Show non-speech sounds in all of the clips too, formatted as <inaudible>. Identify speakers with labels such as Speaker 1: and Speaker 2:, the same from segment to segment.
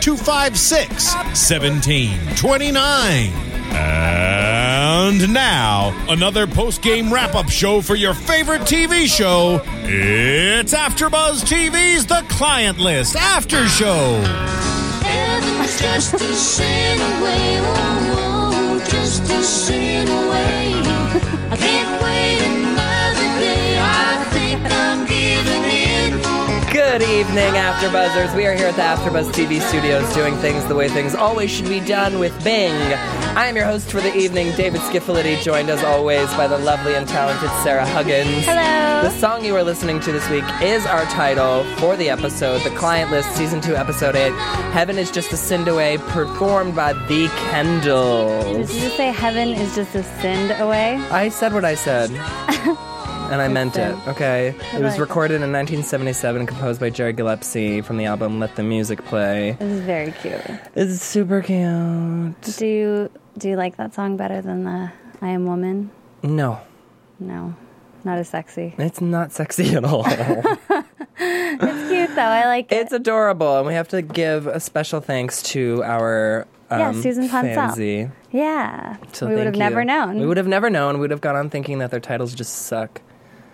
Speaker 1: 256 1729. And now, another post game wrap up show for your favorite TV show. It's AfterBuzz TV's The Client List After Show.
Speaker 2: Heaven's just a sin away, oh, oh, just a sin away. I can't wait another day. I think I'm giving in.
Speaker 3: Good evening, After Buzzers. We are here at the AfterBuzz TV studios doing things the way things always should be done with Bing. I am your host for the evening, David Skiffality, joined as always by the lovely and talented Sarah Huggins. Hello. The song you are listening to this week is our title for the episode, The Client List, Season 2, Episode 8. Heaven is Just a Send Away, performed by The
Speaker 4: Did you
Speaker 3: Kendalls.
Speaker 4: just say heaven is just a send away?
Speaker 3: I said what I
Speaker 4: <laughs>
Speaker 3: said. And I meant it, okay? It was
Speaker 4: like it.
Speaker 3: recorded in 1977, composed by Jerry Gillespie from the album Let the Music Play.
Speaker 4: This is very cute.
Speaker 3: It's super cute.
Speaker 4: Do you, do you like that song better than the I Am Woman?
Speaker 3: No,
Speaker 4: No, not as sexy.
Speaker 3: it's not sexy at
Speaker 4: <laughs>
Speaker 3: all.
Speaker 4: It's cute though. I like it.
Speaker 3: it's adorable, and we have to give a special thanks to our um,
Speaker 4: Yeah, Susan Ponsell.
Speaker 3: Fancy.
Speaker 4: Yeah,
Speaker 3: So
Speaker 4: we would
Speaker 3: thank
Speaker 4: have
Speaker 3: you.
Speaker 4: never known.
Speaker 3: We would have never known. We would have gone on thinking that their titles just suck.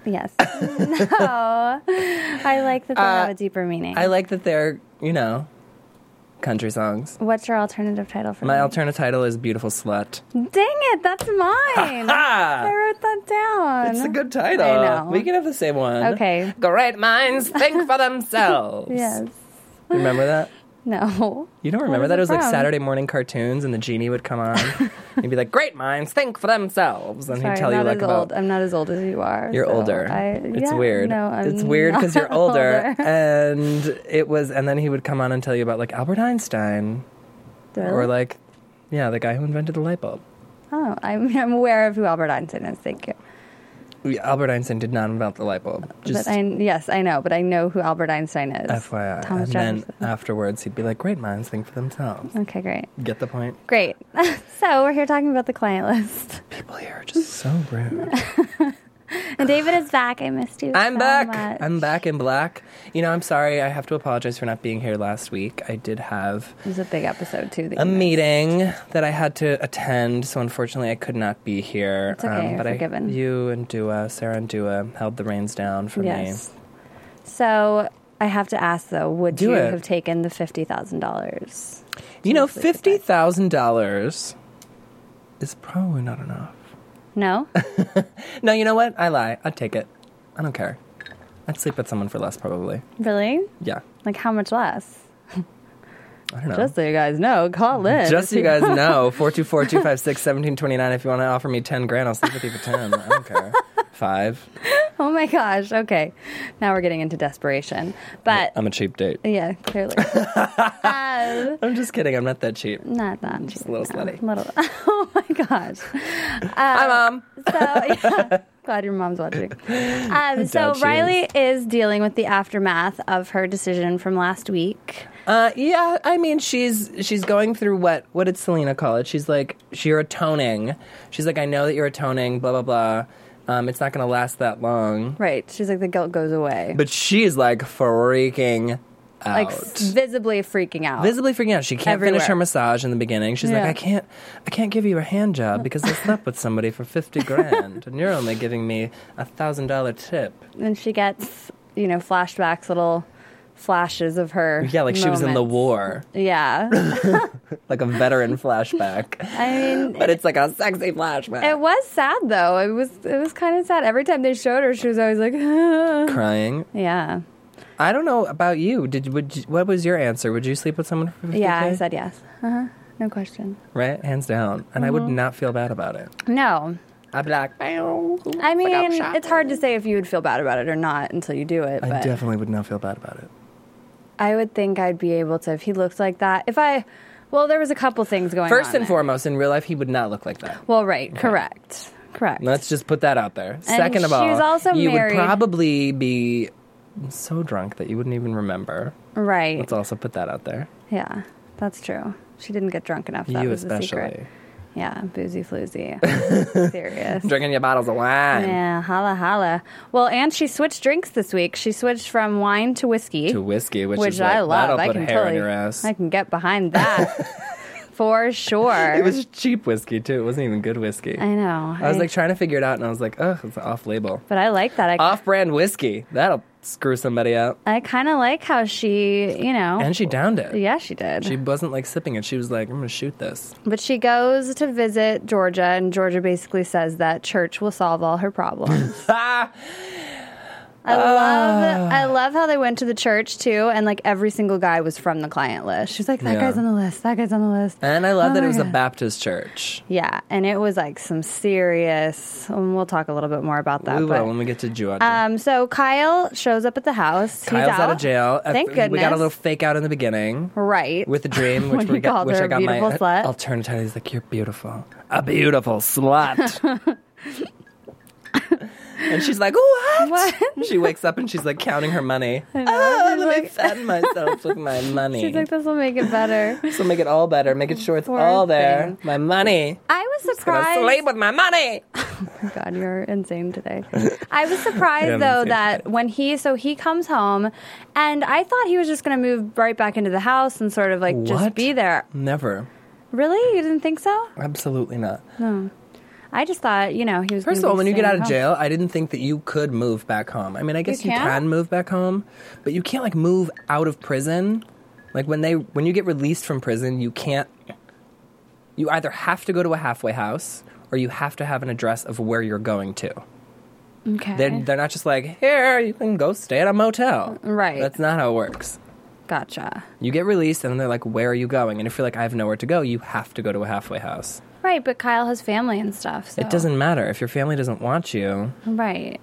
Speaker 4: Yes. no, I like that they have a deeper meaning.
Speaker 3: Uh, I like that they're you know country songs.
Speaker 4: What's your alternative title for
Speaker 3: My
Speaker 4: them?
Speaker 3: alternative title is "Beautiful Slut."
Speaker 4: Dang it,
Speaker 3: <laughs>
Speaker 4: that's mine. I wrote that down.
Speaker 3: It's a good title.
Speaker 4: I know.
Speaker 3: We can have the same one.
Speaker 4: Okay.
Speaker 3: Great minds think for themselves.
Speaker 4: <laughs> Yes.
Speaker 3: Remember that?
Speaker 4: No.
Speaker 3: You don't remember
Speaker 4: is
Speaker 3: that?
Speaker 4: it
Speaker 3: It was like
Speaker 4: from?
Speaker 3: Saturday morning cartoons, and the genie would come on.
Speaker 4: <laughs>
Speaker 3: He'd be like, "Great minds think for themselves," and
Speaker 4: Sorry,
Speaker 3: he'd tell you
Speaker 4: I'm not
Speaker 3: like
Speaker 4: as
Speaker 3: about
Speaker 4: old. I'm not as old as you are.
Speaker 3: you're
Speaker 4: so
Speaker 3: older.
Speaker 4: I-
Speaker 3: it's
Speaker 4: yeah,
Speaker 3: weird.
Speaker 4: No, I'm
Speaker 3: it's weird because you're
Speaker 4: not
Speaker 3: older,
Speaker 4: <laughs> older.
Speaker 3: and it was. And then he would come on and tell you about like Albert Einstein or
Speaker 4: Really?
Speaker 3: like, yeah, the guy who invented the light bulb.
Speaker 4: Oh, I'm, I'm aware of who Albert Einstein is. Thank you.
Speaker 3: Yeah, Albert Einstein did not invent the light bulb. Just
Speaker 4: but I, yes, I know, but I know who Albert Einstein is.
Speaker 3: FYI.
Speaker 4: Thomas
Speaker 3: and then
Speaker 4: Jefferson.
Speaker 3: afterwards, he'd be like, "Great minds think for themselves."
Speaker 4: okay, great.
Speaker 3: Get the point?
Speaker 4: Great. <laughs> so we're here talking about the client list. <laughs>
Speaker 3: People here are just so <laughs> rude.
Speaker 4: And David is back. I missed you.
Speaker 3: I'm
Speaker 4: so
Speaker 3: back.
Speaker 4: much.
Speaker 3: I'm back in black. You know, I'm sorry. I have to apologize for not being here last week. I did have
Speaker 4: it was a big episode, too. that
Speaker 3: a
Speaker 4: you missed.
Speaker 3: meeting that I had to attend, so unfortunately I could not be here. Um,
Speaker 4: It's okay, you're
Speaker 3: but I-
Speaker 4: forgiven.
Speaker 3: you and Dua, Sarah and Dua, held the reins down for
Speaker 4: Yes. So I have to ask, though, would
Speaker 3: Do
Speaker 4: you
Speaker 3: it.
Speaker 4: have taken the $50,000?
Speaker 3: me. You know,
Speaker 4: Seriously, goodbye.
Speaker 3: fifty thousand dollars is probably not enough.
Speaker 4: No? <laughs>
Speaker 3: No, you know what? I lie. I'd take it. I don't care. I'd sleep with someone for less, probably.
Speaker 4: really?
Speaker 3: Yeah,
Speaker 4: Like, how much less?
Speaker 3: I don't know.
Speaker 4: Just so you guys know, call in.
Speaker 3: Just so you guys know, 424 256 1729. If you want to offer me 10 grand, I'll sleep with you for 10. I don't care. Five.
Speaker 4: <laughs> Oh my gosh. Okay. Now we're getting into desperation. But
Speaker 3: I'm a cheap date. <laughs>
Speaker 4: yeah, clearly. um,
Speaker 3: I'm just kidding. I'm not that cheap.
Speaker 4: not that. Just
Speaker 3: a little slutty.
Speaker 4: Little. <laughs> Oh my gosh. Um,
Speaker 3: Hi, Mom.
Speaker 4: <laughs> So yeah. Glad your mom's watching. Um, so
Speaker 3: doubt she
Speaker 4: Riley is dealing with the aftermath of her decision from last week.
Speaker 3: Uh, yeah, I mean she's she's going through what what did Selena call it? She's like you're atoning. She's like I know that you're atoning. Blah blah blah. Um, it's not going to last that long.
Speaker 4: Right. She's like, the guilt goes away.
Speaker 3: But she's like freaking out.
Speaker 4: like s- visibly freaking out.
Speaker 3: Visibly freaking out. She can't finish
Speaker 4: Everywhere.
Speaker 3: her massage in the beginning. She's like,
Speaker 4: Yeah.
Speaker 3: I can't, I can't give you a hand job because I slept with somebody for fifty grand, and you're only giving me a thousand dollar tip.
Speaker 4: and she gets, you know, flashbacks, little flashes of her.
Speaker 3: Yeah, like she was in the
Speaker 4: moments.
Speaker 3: war, <coughs>
Speaker 4: Yeah.
Speaker 3: like a veteran flashback.
Speaker 4: <laughs> I mean,
Speaker 3: But it's like a sexy flashback.
Speaker 4: it was sad though. It was it was kind of sad. Every time they showed her, she was always like, <laughs>
Speaker 3: Crying.
Speaker 4: yeah,
Speaker 3: I don't know about you. Did would you, what was your answer? Would you sleep with someone for 50K?
Speaker 4: yeah. I said yes. Uh huh. No question.
Speaker 3: right, hands down, and I would
Speaker 4: Mm-hmm.
Speaker 3: not feel bad about it.
Speaker 4: No.
Speaker 3: I'd be like, "Meow."
Speaker 4: I mean,
Speaker 3: I'm
Speaker 4: it's hard to say if you would feel bad about it or not until you do it.
Speaker 3: I
Speaker 4: But
Speaker 3: definitely would not feel bad about it.
Speaker 4: I would think I'd be able to if he looked like that. If I, well, there was a couple things going on.
Speaker 3: First and
Speaker 4: there.
Speaker 3: foremost, in real life, he would not look like that.
Speaker 4: Well, right, correct, correct.
Speaker 3: Let's just put that out there. Second of
Speaker 4: she
Speaker 3: all,
Speaker 4: was also
Speaker 3: you
Speaker 4: married.
Speaker 3: would probably be so drunk that you wouldn't even remember.
Speaker 4: right.
Speaker 3: Let's also put that out there.
Speaker 4: Yeah, that's true. She didn't get drunk enough. That
Speaker 3: you
Speaker 4: was the secret.
Speaker 3: especially
Speaker 4: Yeah,
Speaker 3: <laughs>
Speaker 4: boozy floozy. Serious.
Speaker 3: drinking your bottles of wine
Speaker 4: Yeah, holla holla. Well, and she switched drinks this week. She switched from wine to whiskey,
Speaker 3: to whiskey, which,
Speaker 4: which
Speaker 3: is like,
Speaker 4: I love.
Speaker 3: That'll
Speaker 4: I
Speaker 3: put
Speaker 4: can
Speaker 3: hair
Speaker 4: totally,
Speaker 3: in your ass.
Speaker 4: I can get behind that
Speaker 3: <laughs>
Speaker 4: for sure.
Speaker 3: it was cheap whiskey too. It wasn't even good whiskey.
Speaker 4: I know.
Speaker 3: I was like trying to figure it out, and I was like, "Ugh, it's off-label,
Speaker 4: but I like that. I,
Speaker 3: off-brand whiskey. That'll screw somebody up."
Speaker 4: I kind of like how she, you know.
Speaker 3: And she downed it.
Speaker 4: yeah, she did.
Speaker 3: She wasn't like sipping it. She was like, "I'm gonna shoot this."
Speaker 4: But she goes to visit Georgia, and Georgia basically says that church will solve all
Speaker 3: <laughs>
Speaker 4: her problems.
Speaker 3: Ah,
Speaker 4: I love, I love how they went to the church too, and like every single guy was from the client list. She's like, that
Speaker 3: Yeah.
Speaker 4: guy's on the list, that guy's on the list.
Speaker 3: and I love
Speaker 4: Oh
Speaker 3: that it
Speaker 4: my
Speaker 3: was a
Speaker 4: God.
Speaker 3: Baptist church.
Speaker 4: Yeah, and it was like some serious. And we'll talk a little bit more about that.
Speaker 3: we will
Speaker 4: but,
Speaker 3: when we get to Georgia.
Speaker 4: um, so Kyle shows up at the house. He's
Speaker 3: Kyle's
Speaker 4: out.
Speaker 3: out of jail. Uh,
Speaker 4: Thank goodness.
Speaker 3: We got a little fake out in the beginning
Speaker 4: right
Speaker 3: with a
Speaker 4: <laughs>
Speaker 3: dream,
Speaker 4: When
Speaker 3: which we
Speaker 4: you
Speaker 3: got,
Speaker 4: called
Speaker 3: which
Speaker 4: her
Speaker 3: I
Speaker 4: a
Speaker 3: got my
Speaker 4: beautiful slut.
Speaker 3: alternative. He's like, "You're beautiful, a beautiful slut." <laughs> and she's like, what?
Speaker 4: What?
Speaker 3: She wakes up and she's like counting her money.
Speaker 4: know,
Speaker 3: Oh, let
Speaker 4: she's
Speaker 3: me
Speaker 4: like-
Speaker 3: fed myself with my money.
Speaker 4: <laughs> She's like, this will make it better.
Speaker 3: so make it all better. Make it sure it's
Speaker 4: Poor
Speaker 3: all there.
Speaker 4: thing.
Speaker 3: My money.
Speaker 4: <laughs> I was
Speaker 3: Gonna
Speaker 4: surprised.
Speaker 3: sleep with my money.
Speaker 4: God, you're
Speaker 3: <laughs>
Speaker 4: insane today. I was
Speaker 3: Yeah,
Speaker 4: surprised
Speaker 3: I'm
Speaker 4: though
Speaker 3: insane
Speaker 4: that when he so he comes home, and I thought he was just going to move right back into the house and sort of like
Speaker 3: What?
Speaker 4: just be there.
Speaker 3: Never.
Speaker 4: Really, you didn't think so?
Speaker 3: Absolutely not.
Speaker 4: I just thought you know he was.
Speaker 3: First of
Speaker 4: gonna
Speaker 3: all,
Speaker 4: be
Speaker 3: when you get
Speaker 4: staying
Speaker 3: out of
Speaker 4: home.
Speaker 3: jail, I didn't think that you could move back home. I mean, I guess you,
Speaker 4: can't?
Speaker 3: can move back home, but you can't like move out of prison. Like when they when you get released from prison, you can't you either have to go to a halfway house or you have to have an address of where you're going to.
Speaker 4: okay,
Speaker 3: They're, they're not just like, here, you can go stay at a motel.
Speaker 4: Right.
Speaker 3: That's not how it works.
Speaker 4: gotcha.
Speaker 3: You get released and then they're like, where are you going? And if you're like, I have nowhere to go, you have to go to a halfway house.
Speaker 4: Right, but Kyle has family and stuff. So.
Speaker 3: It doesn't matter. If your family doesn't want you,
Speaker 4: Right.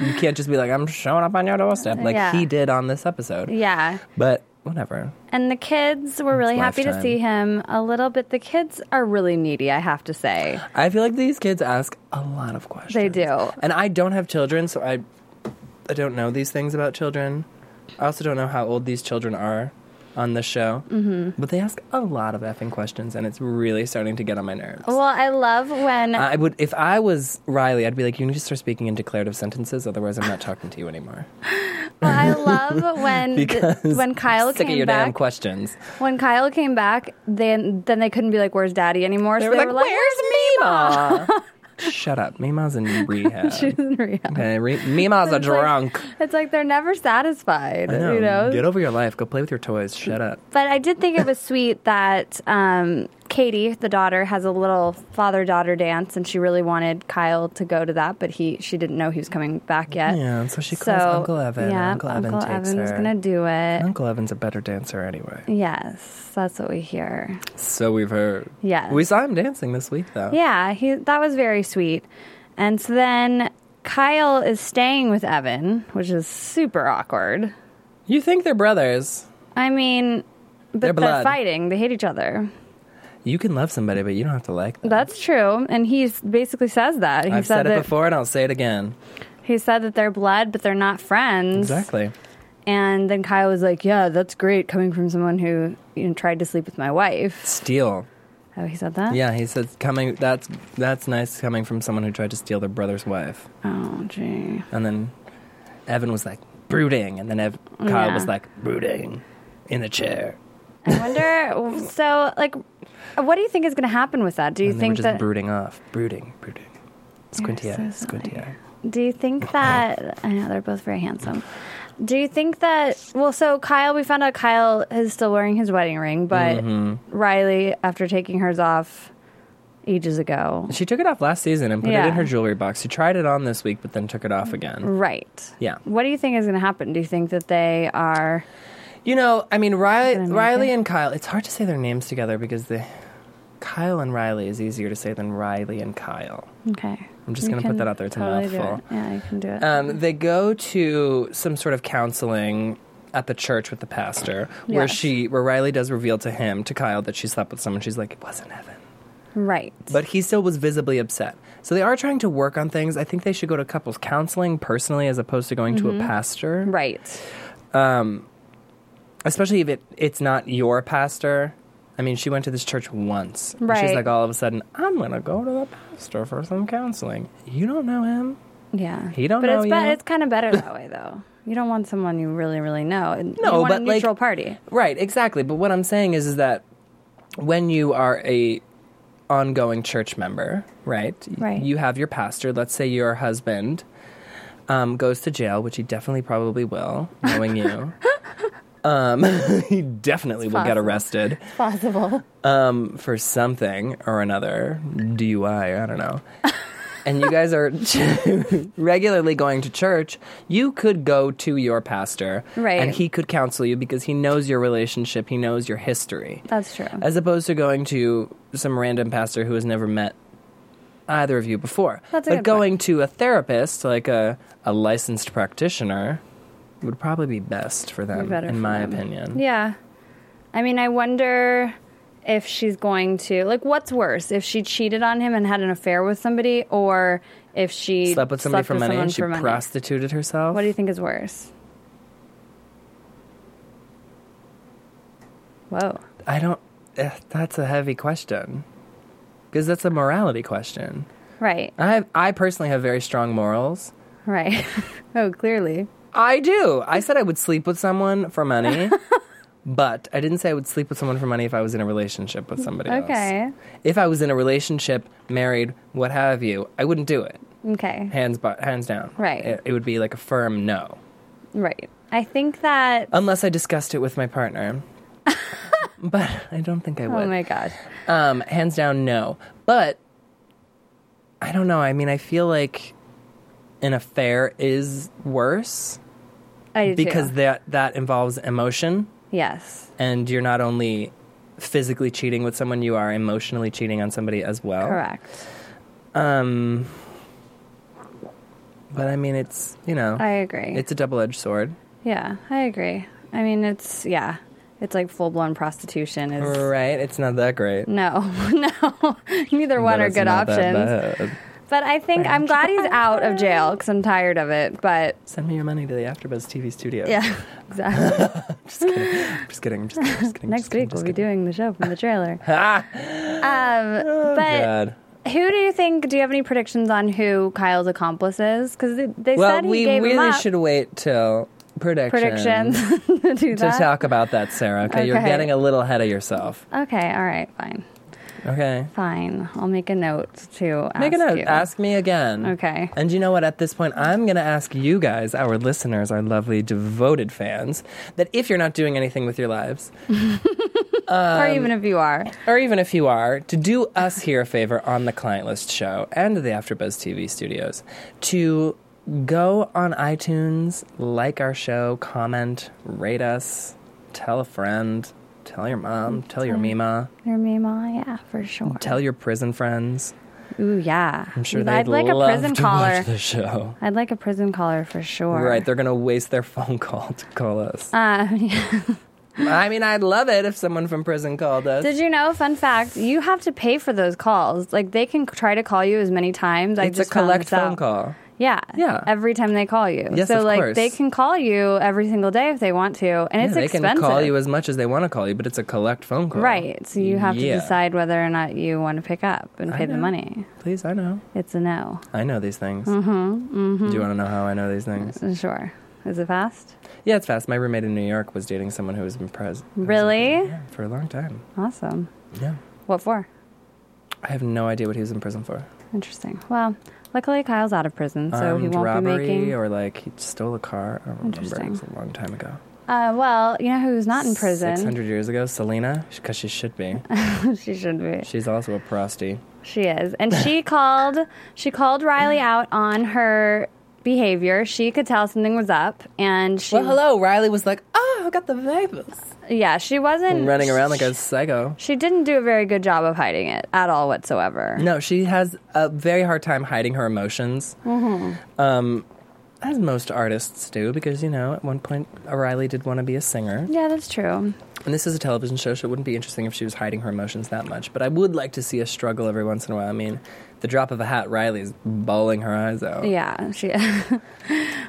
Speaker 3: You can't just be like, I'm showing up on your doorstep like
Speaker 4: Yeah.
Speaker 3: he did on this episode.
Speaker 4: Yeah.
Speaker 3: But whatever.
Speaker 4: And the kids were really happy to
Speaker 3: lifetime.
Speaker 4: see him a little bit. The kids are really needy, I have to say.
Speaker 3: I feel like these kids ask a lot of questions.
Speaker 4: They do.
Speaker 3: And I don't have children, so I I don't know these things about children. I also don't know how old these children are on this show. Mm-hmm. But they ask a lot of effing questions, and it's really starting to get on my nerves.
Speaker 4: Well, I love when
Speaker 3: I would, if I was Riley, I'd be like, you need to start speaking in declarative sentences, otherwise I'm not talking to you anymore.
Speaker 4: I
Speaker 3: <laughs>
Speaker 4: love when
Speaker 3: Because
Speaker 4: when Kyle
Speaker 3: Sick
Speaker 4: came
Speaker 3: of your
Speaker 4: back.
Speaker 3: damn questions.
Speaker 4: When Kyle came back, then then they couldn't be like, "Where's Daddy?" anymore.
Speaker 3: They
Speaker 4: so
Speaker 3: were
Speaker 4: they
Speaker 3: like,
Speaker 4: were like,
Speaker 3: "Where's Mima?" <laughs> Shut up, Mima's in rehab.
Speaker 4: <laughs> "Where's
Speaker 3: <laughs>
Speaker 4: Rhea?"
Speaker 3: okay, re- Mima's a
Speaker 4: It's like- uh,
Speaker 3: drunk.
Speaker 4: it's like they're never satisfied, you know.
Speaker 3: get over your life. Go play with your toys. Shut up.
Speaker 4: But I did think it was sweet that um, Katie, the daughter, has a little father-daughter dance, and she really wanted Kyle to go to that, but he she didn't know he was coming back yet.
Speaker 3: Yeah, and so she calls Uncle Evan, and
Speaker 4: Yeah,
Speaker 3: Uncle Evan takes
Speaker 4: Evan's
Speaker 3: her.
Speaker 4: gonna do it.
Speaker 3: Uncle Evan's a better dancer anyway.
Speaker 4: Yes, that's what we hear.
Speaker 3: So we've heard.
Speaker 4: Yes.
Speaker 3: We saw him dancing this week though.
Speaker 4: Yeah, he that was very sweet. And so then Kyle is staying with Evan, which is super awkward.
Speaker 3: You think they're brothers.
Speaker 4: I mean, but
Speaker 3: They're
Speaker 4: they're,
Speaker 3: blood.
Speaker 4: fighting. They hate each other.
Speaker 3: You can love somebody, but you don't have to like them.
Speaker 4: That's true. And he s- basically says that. He
Speaker 3: I've
Speaker 4: said,
Speaker 3: said, it
Speaker 4: that
Speaker 3: before and I'll say it again.
Speaker 4: he said that they're blood, but they're not friends.
Speaker 3: Exactly.
Speaker 4: And then Kyle was like, "Yeah, that's great coming from someone who you know, tried to sleep with my wife."
Speaker 3: Steal.
Speaker 4: Oh, he said that.
Speaker 3: Yeah, he says coming that's that's nice coming from someone who tried to steal their brother's wife.
Speaker 4: Oh, gee.
Speaker 3: And then Evan was like, brooding. And then Ev- Kyle
Speaker 4: Yeah.
Speaker 3: was like, brooding in the chair.
Speaker 4: I wonder. so, like, what do you think is going to happen with that? Do you
Speaker 3: And they were
Speaker 4: think
Speaker 3: just
Speaker 4: that
Speaker 3: brooding off. Brooding, brooding. Squinty eye,
Speaker 4: so
Speaker 3: squinty eye.
Speaker 4: Do you think that I know they're both very handsome? Do you think that? Well, so Kyle, we found out Kyle is still wearing his wedding ring, but
Speaker 3: Mm-hmm.
Speaker 4: Riley, after taking hers off ages ago,
Speaker 3: She took it off last season and put it
Speaker 4: Yeah. Mm-hmm.
Speaker 3: in her jewelry box. She tried it on this week, but then took it off again.
Speaker 4: right?
Speaker 3: Yeah.
Speaker 4: What do you think is going to happen? Do you think that they are?
Speaker 3: You know, I mean, Riley,
Speaker 4: Gonna make
Speaker 3: Riley
Speaker 4: it.
Speaker 3: and Kyle. It's hard to say their names together because the Kyle and Riley is easier to say than Riley and Kyle.
Speaker 4: Okay.
Speaker 3: I'm just
Speaker 4: You
Speaker 3: gonna put
Speaker 4: can
Speaker 3: that out there. It's a
Speaker 4: totally do
Speaker 3: mouthful.
Speaker 4: it. Yeah, you can do it.
Speaker 3: Um, they go to some sort of counseling at the church with the pastor, where
Speaker 4: Yes.
Speaker 3: she, where Riley does reveal to him, to Kyle, that she slept with someone. She's like, it wasn't Evan,
Speaker 4: right.
Speaker 3: but he still was visibly upset. So they are trying to work on things. I think they should go to couples counseling personally, as opposed to going to a pastor,
Speaker 4: Mm-hmm. Right.
Speaker 3: especially if it it's not your pastor. I mean, she went to this church once. and She's
Speaker 4: Right.
Speaker 3: like, all of a sudden, I'm gonna go to the pastor for some counseling. You don't know him.
Speaker 4: Yeah.
Speaker 3: He don't
Speaker 4: but
Speaker 3: know
Speaker 4: it's
Speaker 3: you.
Speaker 4: it's kind of better that way though. You don't want someone you really really know. And
Speaker 3: No,
Speaker 4: you want
Speaker 3: but,
Speaker 4: a
Speaker 3: like-
Speaker 4: neutral party.
Speaker 3: Right, exactly. But what I'm saying is, is that when you are a ongoing church member, right? y-
Speaker 4: Right.
Speaker 3: You have your pastor. Let's say your husband um, goes to jail, which he definitely probably will, knowing
Speaker 4: <laughs>
Speaker 3: you. Um, <laughs> he definitely will get
Speaker 4: possible.
Speaker 3: arrested
Speaker 4: Possible.
Speaker 3: um, for something or another, DUI. I don't know. <laughs> and you guys are <laughs> regularly going to church. You could go to your pastor,
Speaker 4: Right.
Speaker 3: And he could counsel you because he knows your relationship. He knows your history,
Speaker 4: That's true.
Speaker 3: as opposed to going to some random pastor who has never met either of you before.
Speaker 4: That's a
Speaker 3: but
Speaker 4: good
Speaker 3: going to a therapist, like a a licensed practitioner, would probably be best for them,
Speaker 4: better
Speaker 3: in
Speaker 4: for
Speaker 3: my
Speaker 4: them.
Speaker 3: opinion.
Speaker 4: yeah. I mean, I wonder if she's going to like what's worse if she cheated on him and had an affair with somebody or if she
Speaker 3: Slept with somebody for money
Speaker 4: someone
Speaker 3: and she
Speaker 4: for money.
Speaker 3: prostituted herself.
Speaker 4: What do you think is worse? Whoa.
Speaker 3: I don't. eh, That's a heavy question because that's a morality question.
Speaker 4: Right.
Speaker 3: I I personally have very strong morals.
Speaker 4: Right. <laughs> oh, clearly.
Speaker 3: I do. I said I would sleep with someone for
Speaker 4: <laughs>
Speaker 3: money, but I didn't say I would sleep with someone for money if I was in a relationship with somebody
Speaker 4: Okay.
Speaker 3: else. If I was in a relationship, married, what have you, I wouldn't do it.
Speaker 4: Okay.
Speaker 3: Hands bu- hands down.
Speaker 4: Right.
Speaker 3: It, it would be like a firm no,
Speaker 4: Right. I think that.
Speaker 3: unless I discussed it with my
Speaker 4: <laughs>
Speaker 3: partner. but I don't think I would.
Speaker 4: Oh my gosh.
Speaker 3: Um, hands down, no. But I don't know. I mean, I feel like an affair is worse
Speaker 4: I do
Speaker 3: because
Speaker 4: too.
Speaker 3: that that involves emotion,
Speaker 4: yes.
Speaker 3: and you're not only physically cheating with someone, you are emotionally cheating on somebody as well.
Speaker 4: Correct.
Speaker 3: Um, but I mean, it's you know,
Speaker 4: I agree.
Speaker 3: it's a double edged sword.
Speaker 4: yeah, I agree. I mean, it's yeah, it's like full blown prostitution is.
Speaker 3: Right? It's not that great.
Speaker 4: No, <laughs> no, neither
Speaker 3: But
Speaker 4: one are
Speaker 3: it's
Speaker 4: good
Speaker 3: not that
Speaker 4: options.
Speaker 3: bad.
Speaker 4: But I think I'm glad <laughs> he's out of jail because I'm tired of it. But <laughs>
Speaker 3: Send me your money to the AfterBuzz TV studio.
Speaker 4: yeah,
Speaker 3: <laughs>
Speaker 4: exactly.
Speaker 3: just kidding. I'm just kidding. I'm just kidding. I'm
Speaker 4: <laughs>
Speaker 3: just kidding.
Speaker 4: Next
Speaker 3: just kidding,
Speaker 4: week
Speaker 3: just
Speaker 4: we'll be
Speaker 3: kidding.
Speaker 4: doing the show from
Speaker 3: <laughs>
Speaker 4: the trailer.
Speaker 3: Ah!
Speaker 4: Um,
Speaker 3: Oh,
Speaker 4: but
Speaker 3: God.
Speaker 4: who do you think? Do you have any predictions on who Kyle's accomplice is? Because they, they
Speaker 3: Well,
Speaker 4: said he
Speaker 3: we
Speaker 4: gave him
Speaker 3: really
Speaker 4: up.
Speaker 3: should wait till predictions,
Speaker 4: predictions <laughs> to do
Speaker 3: to
Speaker 4: that.
Speaker 3: talk about that, Sarah. Okay, you're
Speaker 4: Okay.
Speaker 3: getting a little ahead of yourself.
Speaker 4: Okay, all right, fine,
Speaker 3: Okay,
Speaker 4: fine. I'll make a note to ask
Speaker 3: make a note.
Speaker 4: you.
Speaker 3: Ask me again.
Speaker 4: Okay.
Speaker 3: And you know what? At this point, I'm going to ask you guys, our listeners, our lovely devoted fans, that if you're not doing anything with your lives,
Speaker 4: or
Speaker 3: um,
Speaker 4: even if you are,
Speaker 3: or even if you are, to do us here a favor on the Client List show and the AfterBuzz TV studios, to go on iTunes, like our show, comment, rate us, tell a friend, tell your mom, tell your Mima,
Speaker 4: your mama, yeah, for sure.
Speaker 3: tell your prison friends.
Speaker 4: Ooh, yeah.
Speaker 3: I'm sure they'd
Speaker 4: I'd like
Speaker 3: love
Speaker 4: a prison
Speaker 3: to
Speaker 4: caller.
Speaker 3: watch the show.
Speaker 4: I'd like a prison caller for sure.
Speaker 3: Right, they're gonna waste their <laughs> phone call to call us.
Speaker 4: Uh, <laughs>
Speaker 3: I mean, I'd love it if someone from prison called us.
Speaker 4: Uh-huh. did you know? Fun fact: You have to pay for those calls. Like they can try to call you as many times. I
Speaker 3: it's a
Speaker 4: just found
Speaker 3: collect
Speaker 4: this
Speaker 3: phone
Speaker 4: out.
Speaker 3: call.
Speaker 4: Yeah.
Speaker 3: Yeah.
Speaker 4: Every time they call you.
Speaker 3: Yes,
Speaker 4: so
Speaker 3: of
Speaker 4: like
Speaker 3: course.
Speaker 4: they can call you every single day if they want to. And it's
Speaker 3: Yeah, they can
Speaker 4: expensive.
Speaker 3: call you as much as they want to call you, but it's a collect phone call.
Speaker 4: right. So you have
Speaker 3: Yeah.
Speaker 4: to decide whether or not you want to pick up and
Speaker 3: I
Speaker 4: pay the
Speaker 3: know.
Speaker 4: money.
Speaker 3: Please, I know.
Speaker 4: It's a no.
Speaker 3: I know these things. Mm-hmm, mm-hmm. Do you want to know how I know these things?
Speaker 4: Sure. Is it fast?
Speaker 3: Yeah, it's fast. My roommate in New York was dating someone who was in prison
Speaker 4: Really?
Speaker 3: for a long time.
Speaker 4: Awesome.
Speaker 3: Yeah.
Speaker 4: What for?
Speaker 3: I have no idea what he was in prison for.
Speaker 4: Interesting. Well, luckily Kyle's out of prison, so he
Speaker 3: Armed
Speaker 4: won't be
Speaker 3: robbery
Speaker 4: making.
Speaker 3: or like he stole a car. I don't remember. It
Speaker 4: Interesting.
Speaker 3: was a long time ago.
Speaker 4: Uh, well, you know who's not in prison?
Speaker 3: 600 years ago, Selena, because she should be.
Speaker 4: <laughs> she should be.
Speaker 3: She's also a prosty.
Speaker 4: She is, and
Speaker 3: <laughs>
Speaker 4: she called. She called Riley out on her behavior. She could tell something was up, and she.
Speaker 3: Well, hello. Riley was like, oh, I got the vapors.
Speaker 4: Yeah, she wasn't
Speaker 3: And running around like a psycho.
Speaker 4: She didn't do a very good job of hiding it at all whatsoever.
Speaker 3: No, she has a very hard time hiding her emotions. Mm-hmm. Um, as most artists do, because, you know, at one point, Riley did want to be a singer.
Speaker 4: Yeah, that's true.
Speaker 3: And this is a television show, so it wouldn't be interesting if she was hiding her emotions that much. But I would like to see a struggle every once in a while. I mean, the drop of a hat, Riley's bawling her eyes out.
Speaker 4: Yeah, she <laughs>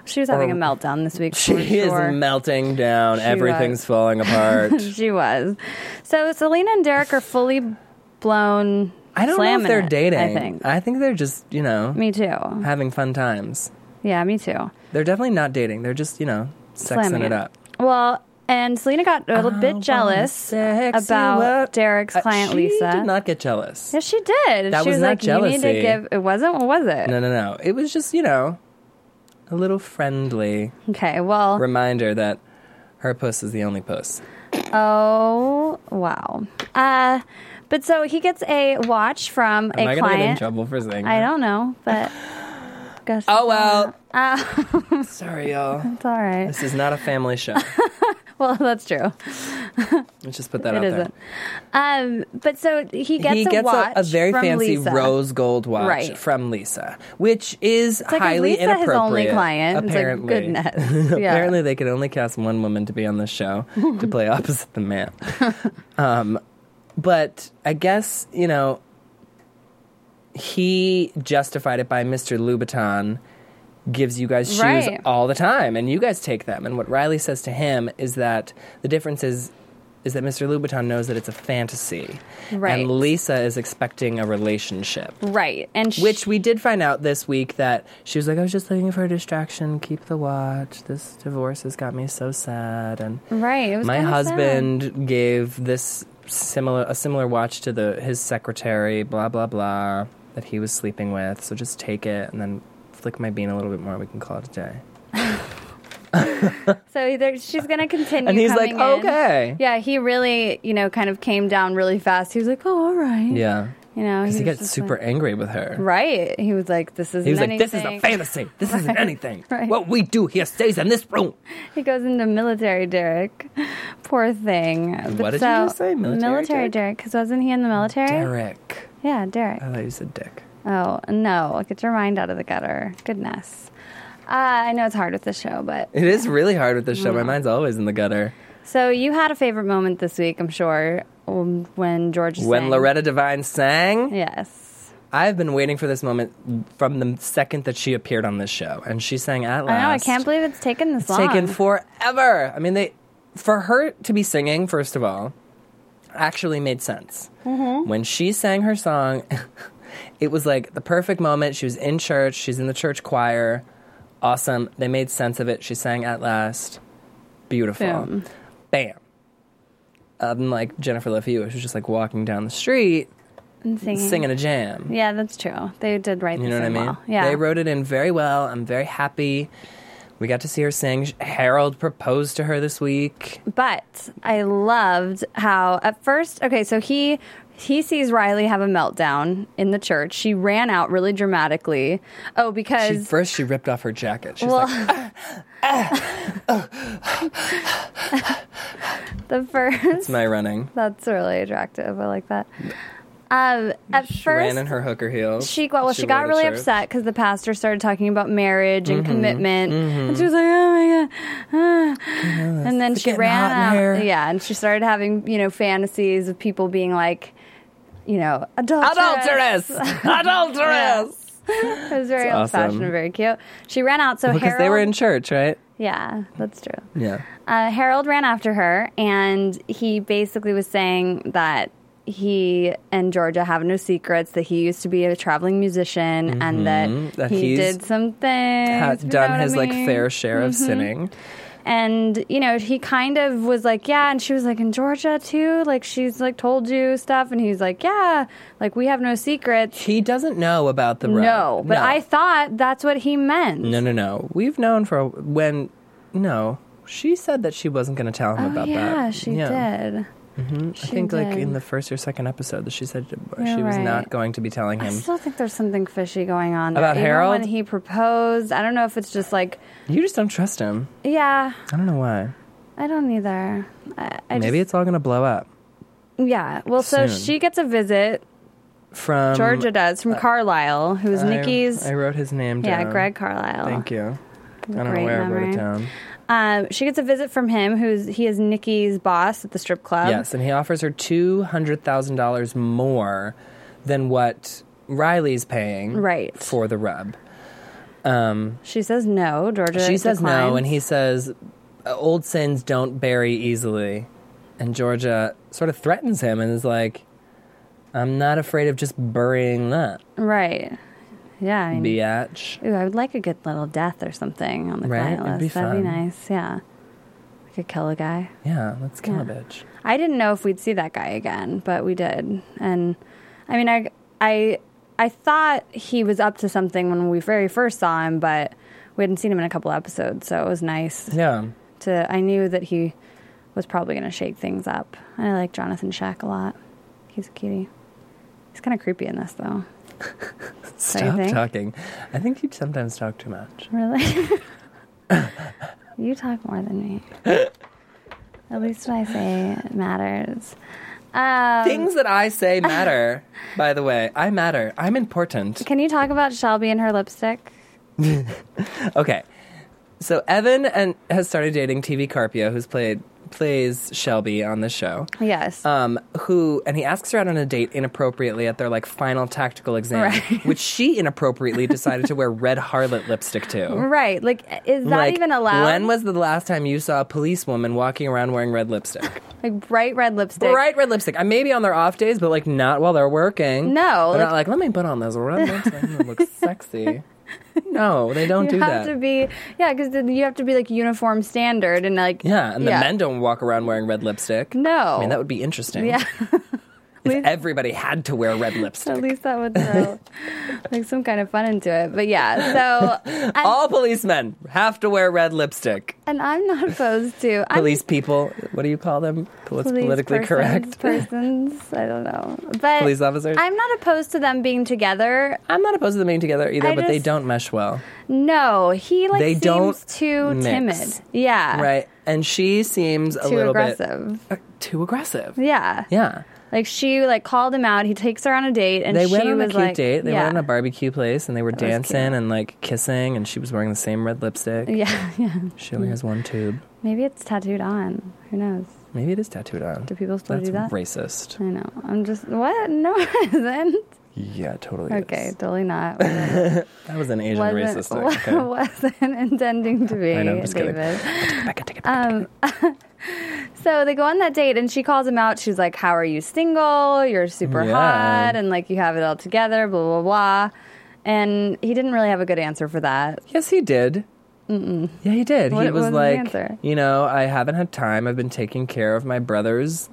Speaker 4: she was having a meltdown this week.
Speaker 3: <laughs> She
Speaker 4: for sure.
Speaker 3: is melting down.
Speaker 4: She
Speaker 3: Everything's
Speaker 4: was. <laughs>
Speaker 3: falling apart.
Speaker 4: She was. So Selena and Derek are fully blown.
Speaker 3: I don't know if
Speaker 4: slamming
Speaker 3: they're
Speaker 4: it,
Speaker 3: dating.
Speaker 4: I think.
Speaker 3: they're just, you know,
Speaker 4: me too.
Speaker 3: having fun times.
Speaker 4: Yeah, me too.
Speaker 3: They're definitely not dating. They're just, you know, sexing
Speaker 4: Slamming
Speaker 3: it
Speaker 4: it.
Speaker 3: up.
Speaker 4: Well, and Selena got a little
Speaker 3: I
Speaker 4: bit
Speaker 3: wanna
Speaker 4: jealous
Speaker 3: sex you
Speaker 4: about
Speaker 3: up.
Speaker 4: Derek's
Speaker 3: Uh,
Speaker 4: client
Speaker 3: she
Speaker 4: Lisa.
Speaker 3: did not get jealous.
Speaker 4: yes, she did.
Speaker 3: That
Speaker 4: she
Speaker 3: was
Speaker 4: was,
Speaker 3: not
Speaker 4: like, you need
Speaker 3: jealousy.
Speaker 4: to give. It wasn't. What was it?
Speaker 3: No, no, no. It was just, you know, a little friendly
Speaker 4: Okay. Well.
Speaker 3: reminder that her puss is the only puss.
Speaker 4: oh wow. Uh, but so he gets a watch from
Speaker 3: Am
Speaker 4: a
Speaker 3: I gonna get in
Speaker 4: client.
Speaker 3: trouble for saying
Speaker 4: I
Speaker 3: that?
Speaker 4: don't know, but. <sighs> Gosh,
Speaker 3: Oh well.
Speaker 4: <laughs>
Speaker 3: Sorry, y'all.
Speaker 4: it's all right.
Speaker 3: This is not a family
Speaker 4: <laughs>
Speaker 3: show.
Speaker 4: Well, that's true.
Speaker 3: Let's just put that out
Speaker 4: It
Speaker 3: there.
Speaker 4: isn't. Um, but so he gets
Speaker 3: he
Speaker 4: a
Speaker 3: gets
Speaker 4: watch
Speaker 3: a, a very
Speaker 4: from
Speaker 3: fancy
Speaker 4: Lisa.
Speaker 3: rose gold watch
Speaker 4: Right.
Speaker 3: from Lisa, which is
Speaker 4: It's like is
Speaker 3: highly
Speaker 4: Lisa his
Speaker 3: inappropriate.
Speaker 4: only client.
Speaker 3: Apparently,
Speaker 4: It's like
Speaker 3: <laughs>
Speaker 4: goodness. Yeah.
Speaker 3: apparently they could only cast one woman to be on this show to play <laughs> opposite the man.
Speaker 4: <laughs>
Speaker 3: um, but I guess you know he justified it by Mr. Louboutin gives you guys shoes
Speaker 4: Right.
Speaker 3: all the time, and you guys take them. And what Riley says to him is that the difference is is that Mr. Louboutin knows that it's a fantasy,
Speaker 4: Right.
Speaker 3: and Lisa is expecting a relationship.
Speaker 4: Right. And sh-
Speaker 3: Which we did find out this week that she was like, I was just looking for a distraction. Keep the watch. This divorce has got me so sad. And
Speaker 4: Right. It was
Speaker 3: my
Speaker 4: kinda
Speaker 3: husband gave this similar a similar watch to the his secretary. Blah blah blah. That he was sleeping with. So just take it and then flick my bean a little bit more. We can call it a day.
Speaker 4: So either she's going to continue.
Speaker 3: And he's like,
Speaker 4: coming in.
Speaker 3: "Okay."
Speaker 4: Yeah, he really, you know, kind of came down really fast. He was like, oh, all right.
Speaker 3: Yeah.
Speaker 4: You know,
Speaker 3: Because he
Speaker 4: was
Speaker 3: got
Speaker 4: just
Speaker 3: super
Speaker 4: like-
Speaker 3: angry with her.
Speaker 4: right. He was like, this isn't
Speaker 3: He was like,
Speaker 4: anything.
Speaker 3: "This is a fantasy. This isn't anything.
Speaker 4: <laughs> Right.
Speaker 3: What we do here stays in this room."
Speaker 4: He goes into military Derek. <laughs> Poor thing.
Speaker 3: What did you just say? Military Derek?
Speaker 4: Derek, because wasn't he in the military?
Speaker 3: Derek,
Speaker 4: Yeah, Derek.
Speaker 3: I thought you said Dick.
Speaker 4: Oh, no. Get your mind out of the gutter. Goodness. Uh, I know it's hard with this show, but.
Speaker 3: It is really hard with this show. My mind's always in the gutter.
Speaker 4: So you had a favorite moment this week, I'm sure, um, when George
Speaker 3: When
Speaker 4: sang.
Speaker 3: Loretta Devine sang,
Speaker 4: Yes.
Speaker 3: I've been waiting for this moment from the second that she appeared on this show, and she sang at last.
Speaker 4: I know. I can't believe it's taken this
Speaker 3: It's
Speaker 4: long.
Speaker 3: taken forever. I mean, they for her to be singing first of all actually made sense.
Speaker 4: Mm-hmm.
Speaker 3: When she sang her song, <laughs> it was like the perfect moment. She was in church. She's in the church choir. Awesome. They made sense of it. She sang at last. Beautiful.
Speaker 4: Boom.
Speaker 3: Bam. Unlike Jennifer Love Hewitt, who's just like walking down the street
Speaker 4: And singing.
Speaker 3: singing a jam.
Speaker 4: Yeah, that's true. They did write.
Speaker 3: You
Speaker 4: this
Speaker 3: know what I
Speaker 4: in
Speaker 3: mean?
Speaker 4: Well. Yeah.
Speaker 3: They wrote it in very well. I'm very happy. We got to see her sing. Harold proposed to her this week.
Speaker 4: But I loved how at first, okay, so he he sees Riley have a meltdown in the church. She ran out really dramatically. Oh,
Speaker 3: She,
Speaker 4: because
Speaker 3: first, she ripped off her jacket. She's
Speaker 4: well,
Speaker 3: like,
Speaker 4: <laughs>
Speaker 3: "Ah, ah."
Speaker 4: the first <laughs>
Speaker 3: "It's my running."
Speaker 4: that's really attractive. I like that. Um, at
Speaker 3: She
Speaker 4: first,
Speaker 3: ran in her hooker heels.
Speaker 4: she well, she,
Speaker 3: wore Mm-hmm.
Speaker 4: got
Speaker 3: to
Speaker 4: really
Speaker 3: church.
Speaker 4: upset because the pastor started talking about marriage and commitment,
Speaker 3: Mm-hmm.
Speaker 4: and she was like, "Oh my god!" ah." and then she
Speaker 3: getting hot
Speaker 4: ran
Speaker 3: in
Speaker 4: out,
Speaker 3: here.
Speaker 4: yeah, and she started having you know fantasies of people being like, you know, adulterous. <laughs>
Speaker 3: Adulteress, adulteress.
Speaker 4: It was very
Speaker 3: It's
Speaker 4: old
Speaker 3: awesome.
Speaker 4: fashioned and very cute. She ran out, so
Speaker 3: Because
Speaker 4: Harold,
Speaker 3: they were in church, right?
Speaker 4: yeah, that's true.
Speaker 3: Yeah.
Speaker 4: Uh, Harold ran after her, and he basically was saying that he and Georgia have no secrets. That he used to be a traveling musician, and that,
Speaker 3: Mm-hmm. That
Speaker 4: he
Speaker 3: he's
Speaker 4: did some things.
Speaker 3: Had
Speaker 4: you know
Speaker 3: done
Speaker 4: what I
Speaker 3: his like
Speaker 4: mean? Mm-hmm.
Speaker 3: fair share of sinning.
Speaker 4: And, you know, he kind of was like, yeah. And she was like, in Georgia too? Like, she's like told you stuff. And he's like, yeah. Like, we have no secrets.
Speaker 3: He doesn't know about the road.
Speaker 4: No. But I thought that's what he meant.
Speaker 3: No, no, no. We've known for a, when. No, she said that she wasn't going to tell him
Speaker 4: Oh,
Speaker 3: about that.
Speaker 4: yeah, she did.
Speaker 3: I think like
Speaker 4: did.
Speaker 3: in the first or second episode that she said she
Speaker 4: You're
Speaker 3: was not
Speaker 4: right.
Speaker 3: going to be telling
Speaker 4: I
Speaker 3: him.
Speaker 4: still think there's something fishy going on there.
Speaker 3: About
Speaker 4: Even
Speaker 3: Harold?
Speaker 4: when he proposed, I don't know if it's just like,
Speaker 3: You just don't trust him.
Speaker 4: yeah,
Speaker 3: I don't know why.
Speaker 4: I don't either. I, I
Speaker 3: Maybe
Speaker 4: just,
Speaker 3: it's all going to blow up
Speaker 4: yeah. Well, so
Speaker 3: soon.
Speaker 4: she gets a visit.
Speaker 3: from
Speaker 4: Georgia does from Carlisle, who's
Speaker 3: uh, I-
Speaker 4: Nikki's.
Speaker 3: I, wrote his name down.
Speaker 4: yeah, Greg Carlisle.
Speaker 3: Thank you. I don't know
Speaker 4: Great
Speaker 3: where I wrote
Speaker 4: memory.
Speaker 3: it down.
Speaker 4: Um, she gets a visit from him, who's he is Nikki's boss at the strip club.
Speaker 3: yes, and he offers her two hundred thousand dollars more than what Riley's paying
Speaker 4: Right.
Speaker 3: for the rub.
Speaker 4: She says no. Georgia.
Speaker 3: She says no,
Speaker 4: declines.
Speaker 3: and he says, "Uh, "Old sins don't bury easily." And Georgia sort of threatens him and is like, "I'm not afraid of just burying that,
Speaker 4: right. Yeah. I mean,
Speaker 3: biatch."
Speaker 4: Ooh, I would like a good little death or something on the
Speaker 3: Right?
Speaker 4: client
Speaker 3: It'd
Speaker 4: list.
Speaker 3: be
Speaker 4: That'd be
Speaker 3: fun.
Speaker 4: nice. Yeah. I could kill a guy.
Speaker 3: Yeah, let's kill a
Speaker 4: Yeah.
Speaker 3: bitch.
Speaker 4: I didn't know if we'd see that guy again, but we did. And I mean, I I I thought he was up to something when we very first saw him, but we hadn't seen him in a couple episodes, so it was nice
Speaker 3: Yeah,
Speaker 4: to. I knew that he was probably going to shake things up. And I like Jonathan Shack a lot. He's a cutie. He's kind of creepy in this though.
Speaker 3: stop
Speaker 4: think?
Speaker 3: talking. I think you sometimes talk too much.
Speaker 4: Really? <laughs> you talk more than me. At least what I say matters. Um,
Speaker 3: Things that I
Speaker 4: <laughs>
Speaker 3: say matter. by the way, I matter. I'm important.
Speaker 4: Can you talk about Shelby and her lipstick?
Speaker 3: Okay. So Evan and has started dating TV Carpio, who's played plays Shelby on the show.
Speaker 4: Yes.
Speaker 3: Um, who and he asks her out on a date inappropriately at their like final tactical exam, <laughs>
Speaker 4: Right.
Speaker 3: which she inappropriately decided to wear red harlot lipstick to.
Speaker 4: right. Like, is that
Speaker 3: Like,
Speaker 4: even allowed?
Speaker 3: When was the last time you saw a police woman walking around wearing red
Speaker 4: <laughs>
Speaker 3: lipstick?
Speaker 4: like bright red lipstick.
Speaker 3: Bright red lipstick. I maybe on their off days, but like not while they're working.
Speaker 4: No,
Speaker 3: they're
Speaker 4: like-
Speaker 3: not like let me put on those red lipstick. It
Speaker 4: <laughs>
Speaker 3: looks sexy. No, they don't
Speaker 4: You
Speaker 3: do
Speaker 4: have
Speaker 3: that.
Speaker 4: to be, yeah, because you have to be like uniform standard and like
Speaker 3: Yeah, and the men don't walk around wearing red lipstick.
Speaker 4: No.
Speaker 3: I mean, that would be interesting. <laughs>
Speaker 4: Yeah.
Speaker 3: if everybody had to wear red lipstick.
Speaker 4: At least that
Speaker 3: <laughs>
Speaker 4: would throw like some kind of fun into it. But yeah, so I'm,
Speaker 3: All policemen have to wear red lipstick.
Speaker 4: and I'm not opposed to I'm
Speaker 3: Police people, what do you call them? What's
Speaker 4: police
Speaker 3: politically
Speaker 4: persons,
Speaker 3: correct?
Speaker 4: <laughs> persons. I don't know, but
Speaker 3: Police officers?
Speaker 4: I'm not opposed to them being together.
Speaker 3: I'm not opposed to them being together either,
Speaker 4: I
Speaker 3: but they
Speaker 4: just-
Speaker 3: don't mesh well,
Speaker 4: No, he like
Speaker 3: They
Speaker 4: seems
Speaker 3: don't
Speaker 4: too
Speaker 3: mix.
Speaker 4: timid. Yeah,
Speaker 3: right? And she seems a
Speaker 4: Uh, Too
Speaker 3: little
Speaker 4: aggressive.
Speaker 3: bit uh, too aggressive.
Speaker 4: Yeah.
Speaker 3: Yeah.
Speaker 4: Like she like called him out. He takes her on a date, and
Speaker 3: They
Speaker 4: she
Speaker 3: went on a
Speaker 4: was
Speaker 3: cute
Speaker 4: like,
Speaker 3: date. They
Speaker 4: yeah.
Speaker 3: went on a barbecue place and they were
Speaker 4: was
Speaker 3: dancing
Speaker 4: cute. Mm-hmm.
Speaker 3: and like kissing, and she was wearing the same red lipstick.
Speaker 4: <laughs> Yeah, yeah.
Speaker 3: She only has one tube.
Speaker 4: Maybe it's tattooed on. Who knows?
Speaker 3: Maybe it is tattooed on.
Speaker 4: Do people still
Speaker 3: That's
Speaker 4: do that?
Speaker 3: racist.
Speaker 4: <laughs> I know. I'm just what? No, <laughs> it isn't.
Speaker 3: Yeah, totally.
Speaker 4: Okay,
Speaker 3: is. <laughs>
Speaker 4: totally not.
Speaker 3: That was an Asian
Speaker 4: wasn't
Speaker 3: racist
Speaker 4: <laughs>
Speaker 3: thing. Okay.
Speaker 4: wasn't intending to be.
Speaker 3: I know, I'm just kidding.
Speaker 4: David.
Speaker 3: Back it, take it back.
Speaker 4: So they go on that date, and she calls him out. She's like, "How are you single? You're super
Speaker 3: Yeah.
Speaker 4: hot, and like you have it all together." Blah blah blah. And he didn't really have a good answer for that.
Speaker 3: yes, he did. Mm-mm. Yeah, he did.
Speaker 4: What-
Speaker 3: he
Speaker 4: what
Speaker 3: was
Speaker 4: was his
Speaker 3: like,
Speaker 4: answer?
Speaker 3: you know, I haven't had time. I've been taking care of my brother's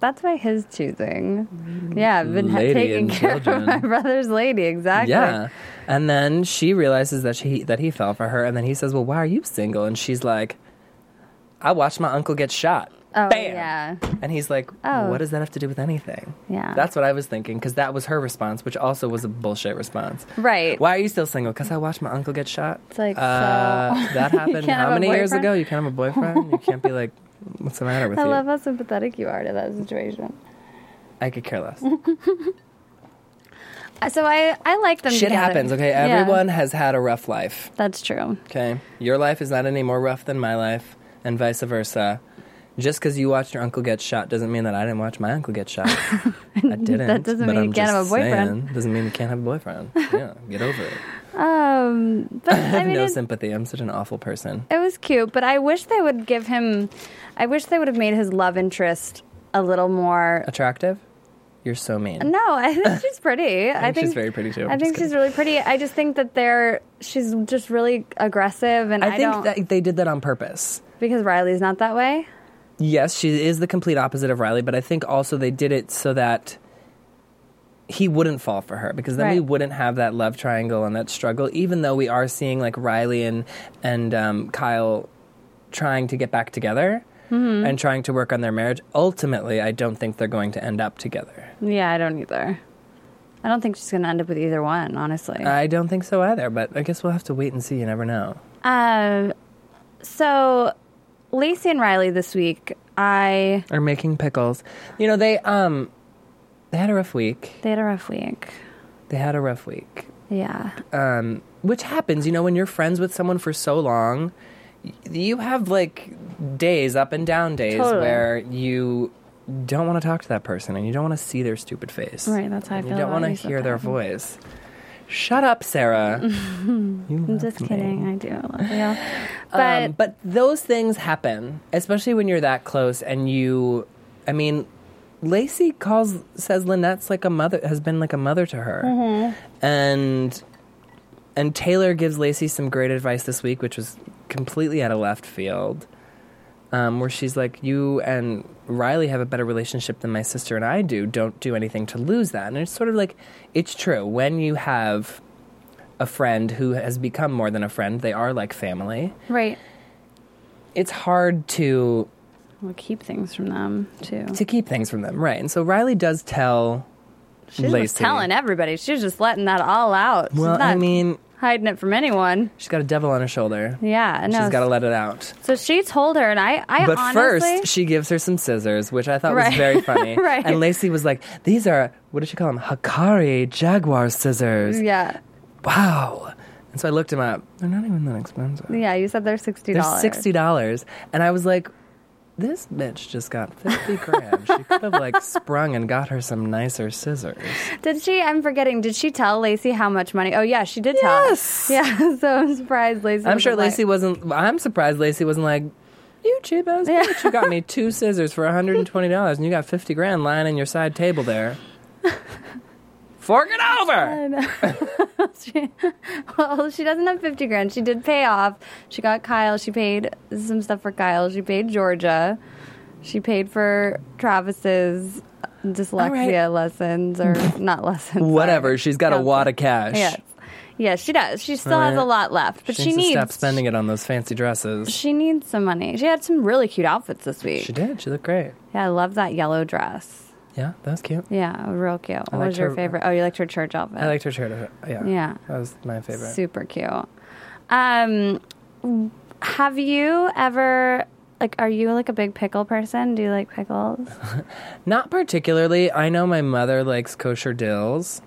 Speaker 4: That's by his choosing. Yeah, I've been ha-
Speaker 3: Lady
Speaker 4: taking
Speaker 3: and
Speaker 4: <laughs> care
Speaker 3: children.
Speaker 4: of my brother's lady. Exactly.
Speaker 3: Yeah. And then she realizes that she that he fell for her and then he says, "Well, why are you single?" And she's like, "I watched my uncle get shot."
Speaker 4: Oh,
Speaker 3: Bam.
Speaker 4: yeah.
Speaker 3: And he's like,
Speaker 4: Oh.
Speaker 3: "What does that have to do with anything?"
Speaker 4: Yeah.
Speaker 3: That's what I was thinking cuz that was her response, which also was a bullshit response.
Speaker 4: Right.
Speaker 3: Why are you still single? Cuz I watched my uncle get shot. It's
Speaker 4: like,
Speaker 3: uh,
Speaker 4: so- <laughs>
Speaker 3: that
Speaker 4: You
Speaker 3: happened
Speaker 4: can't
Speaker 3: how
Speaker 4: have a
Speaker 3: many years
Speaker 4: boyfriend?
Speaker 3: ago? You can't have a boyfriend. You can't be like What's the matter with
Speaker 4: <laughs> I
Speaker 3: you?
Speaker 4: love how sympathetic you are to that situation.
Speaker 3: I could care
Speaker 4: <laughs>
Speaker 3: less.
Speaker 4: Uh, So I, I like them.
Speaker 3: Shit
Speaker 4: together.
Speaker 3: happens, okay?
Speaker 4: Yeah,
Speaker 3: Everyone has had a rough life.
Speaker 4: that's
Speaker 3: <laughs>
Speaker 4: true.
Speaker 3: Okay. Your life is not any more rough than my life, and vice versa. Just because you watched your uncle get shot doesn't mean that I didn't watch my uncle get
Speaker 4: <laughs>
Speaker 3: shot. I didn't.
Speaker 4: That doesn't
Speaker 3: but
Speaker 4: mean you
Speaker 3: I'm
Speaker 4: can't have
Speaker 3: just
Speaker 4: a boyfriend.
Speaker 3: saying, doesn't mean you can't have a
Speaker 4: <laughs>
Speaker 3: boyfriend. Yeah, get over it.
Speaker 4: Um, but
Speaker 3: I
Speaker 4: I
Speaker 3: have
Speaker 4: mean,
Speaker 3: no
Speaker 4: it,
Speaker 3: sympathy. I'm such an awful person.
Speaker 4: it was cute. But I wish they would give him. I wish they would have made his love interest a little more
Speaker 3: Attractive? You're so mean.
Speaker 4: No, <laughs> I think she's
Speaker 3: <laughs>
Speaker 4: pretty. I,
Speaker 3: think
Speaker 4: think
Speaker 3: she's very pretty, too. I'm
Speaker 4: I
Speaker 3: just
Speaker 4: think
Speaker 3: kidding.
Speaker 4: she's really pretty. I just think that they're she's just really aggressive, and I,
Speaker 3: I think
Speaker 4: don't
Speaker 3: that they did that on purpose.
Speaker 4: because Riley's not that way.
Speaker 3: Yes, she is the complete opposite of Riley, but I think also they did it so that he wouldn't fall for her because then we
Speaker 4: Right.
Speaker 3: wouldn't have that love triangle and that struggle. Even though we are seeing like Riley and and um, Kyle trying to get back together and trying to work on their marriage, ultimately, I don't think they're going to end up together.
Speaker 4: Yeah, I don't either. I don't think she's going to end up with either one, honestly.
Speaker 3: I don't think so either, but I guess we'll have to wait and see. You never know.
Speaker 4: Um, so Lacey and Riley this week, I
Speaker 3: Or making pickles. You know they um they had a rough week.
Speaker 4: they had a rough week.
Speaker 3: They had a rough week.
Speaker 4: Yeah,
Speaker 3: which happens, you know, when you're friends with someone for so long, y- you have like days up and down days
Speaker 4: Totally.
Speaker 3: where you don't want to talk to that person and you don't want to see their stupid face.
Speaker 4: Right, that's how I
Speaker 3: and
Speaker 4: feel
Speaker 3: You don't
Speaker 4: about
Speaker 3: want to
Speaker 4: you
Speaker 3: hear their
Speaker 4: sometimes.
Speaker 3: voice. Shut up, Sarah. you
Speaker 4: I'm just kidding. I do love you, but
Speaker 3: um, but those things happen, especially when you're that close and you. I mean, Lacey calls says Lynette's like a mother has been like a mother to her, and and Taylor gives Lacey some great advice this week, which was completely out of left field, um, where she's like, "You and Riley have a better relationship than my sister and I do. Don't do anything to lose that." And it's sort of like it's true when you have. A friend who has become more than a friend. They are like family
Speaker 4: right,
Speaker 3: it's hard to
Speaker 4: we'll keep things from them too.
Speaker 3: to keep things from them, right? And so Riley does tell
Speaker 4: She's just
Speaker 3: Lacey.
Speaker 4: telling everybody. She's just letting that all out. She's
Speaker 3: Well,
Speaker 4: not
Speaker 3: I mean,
Speaker 4: hiding it from anyone.
Speaker 3: she's got a devil on her shoulder.
Speaker 4: Yeah, no.
Speaker 3: She's got to let it out.
Speaker 4: so she told her, and I, I
Speaker 3: But
Speaker 4: honestly,
Speaker 3: first, she gives her some scissors, which I thought
Speaker 4: Right. <laughs>
Speaker 3: was very funny.
Speaker 4: Right.
Speaker 3: And Lacey was like, "These are what did she call them? Hakari jaguar scissors.
Speaker 4: yeah,
Speaker 3: Wow." And so I looked them up. They're not even that expensive.
Speaker 4: yeah. You said they're sixty
Speaker 3: They're
Speaker 4: dollars.
Speaker 3: sixty dollars, and I was like, "This bitch just got fifty grand. she could have like <laughs> sprung and got her some nicer scissors."
Speaker 4: Did she? I'm forgetting. Did she tell Lacey how much money? Oh yeah, she did
Speaker 3: Yes.
Speaker 4: tell. Yeah. <laughs> So I'm surprised Lacey.
Speaker 3: I'm
Speaker 4: wasn't
Speaker 3: sure
Speaker 4: like-
Speaker 3: Lacey wasn't. I'm surprised Lacey wasn't like, you cheapos, bitch, you got me two scissors for 120 dollars, and you got 50 grand lying on your side table there. Fork it over.
Speaker 4: she, well, she doesn't have 50 grand. She did pay off. She got Kyle. She paid some stuff for Kyle. She paid Georgia. She paid for Travis's dyslexia
Speaker 3: right.
Speaker 4: lessons
Speaker 3: <laughs>
Speaker 4: or not
Speaker 3: <laughs>
Speaker 4: lessons.
Speaker 3: Whatever.
Speaker 4: sorry.
Speaker 3: She's got a
Speaker 4: Counseling.
Speaker 3: wad of cash.
Speaker 4: Yes. Yes, she does. She still has
Speaker 3: Right.
Speaker 4: a lot left, but
Speaker 3: She,
Speaker 4: she,
Speaker 3: needs,
Speaker 4: needs
Speaker 3: to stop spending it on those fancy dresses.
Speaker 4: She needs some money. She had some really cute outfits this week.
Speaker 3: She did. She looked great.
Speaker 4: Yeah, I love that yellow dress.
Speaker 3: Yeah, that was cute.
Speaker 4: Yeah, real cute. What
Speaker 3: liked
Speaker 4: was your
Speaker 3: her-
Speaker 4: favorite? Oh, you liked her church outfit.
Speaker 3: I liked her shirt. uh, Yeah.
Speaker 4: Yeah.
Speaker 3: That was my favorite.
Speaker 4: Super cute. Um, have you ever like? Are you like a big pickle person? Do you like pickles?
Speaker 3: Not particularly. I know my mother likes kosher dills.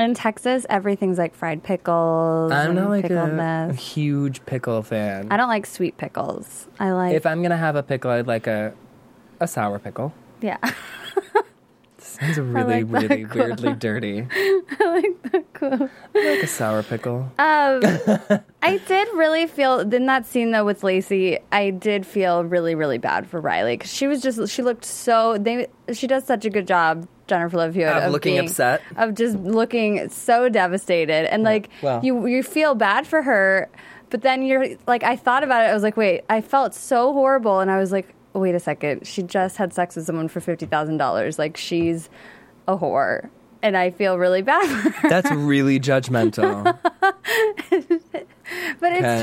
Speaker 4: In Texas, everything's like fried pickles.
Speaker 3: I'm
Speaker 4: and
Speaker 3: not like
Speaker 4: pickled
Speaker 3: a
Speaker 4: this.
Speaker 3: huge pickle fan.
Speaker 4: I don't like sweet pickles. I like
Speaker 3: If I'm gonna have a pickle, I'd like a a sour pickle.
Speaker 4: yeah,
Speaker 3: <laughs>
Speaker 4: <laughs>
Speaker 3: Sounds really,
Speaker 4: like that
Speaker 3: really <laughs> weirdly dirty. I like Uh, that like a sour <laughs> pickle.
Speaker 4: I did really feel in that scene though with Lacey. I did feel really, really bad for Riley because she was just she looked so they she does such a good job. Jennifer Love Hewitt
Speaker 3: Of looking
Speaker 4: being-
Speaker 3: upset.
Speaker 4: of just looking so devastated and like
Speaker 3: well-
Speaker 4: you you feel bad for her but then you're like i thought about it i was like wait i felt so horrible and i was like wait a second she just had sex with someone for $50000 like she's a whore and i feel really bad <laughs> for her
Speaker 3: That's really <laughs> judgmental.
Speaker 4: but it's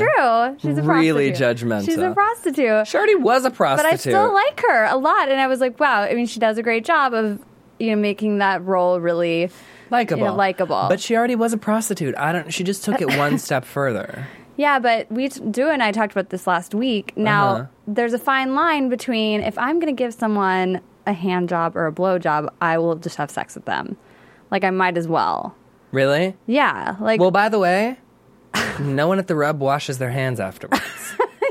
Speaker 3: Okay.
Speaker 4: true she's a
Speaker 3: Really
Speaker 4: prostitute. she's a
Speaker 3: judgmental.
Speaker 4: prostitute
Speaker 3: She already was a
Speaker 4: but i
Speaker 3: prostitute.
Speaker 4: still like her a lot and i was like wow i mean she does a great job of you know making that role really
Speaker 3: likable.
Speaker 4: you know, likable.
Speaker 3: But she already was a prostitute. I don't she just took it <laughs> one step further.
Speaker 4: Yeah, but we do and I talked about this last week. Now,
Speaker 3: Uh-huh.
Speaker 4: there's a fine line between if I'm going to give someone a hand job or a blow job, I will just have sex with them. Like I might as well.
Speaker 3: Really?
Speaker 4: Yeah, like
Speaker 3: Well, by the way, no one at the rub washes their hands afterwards.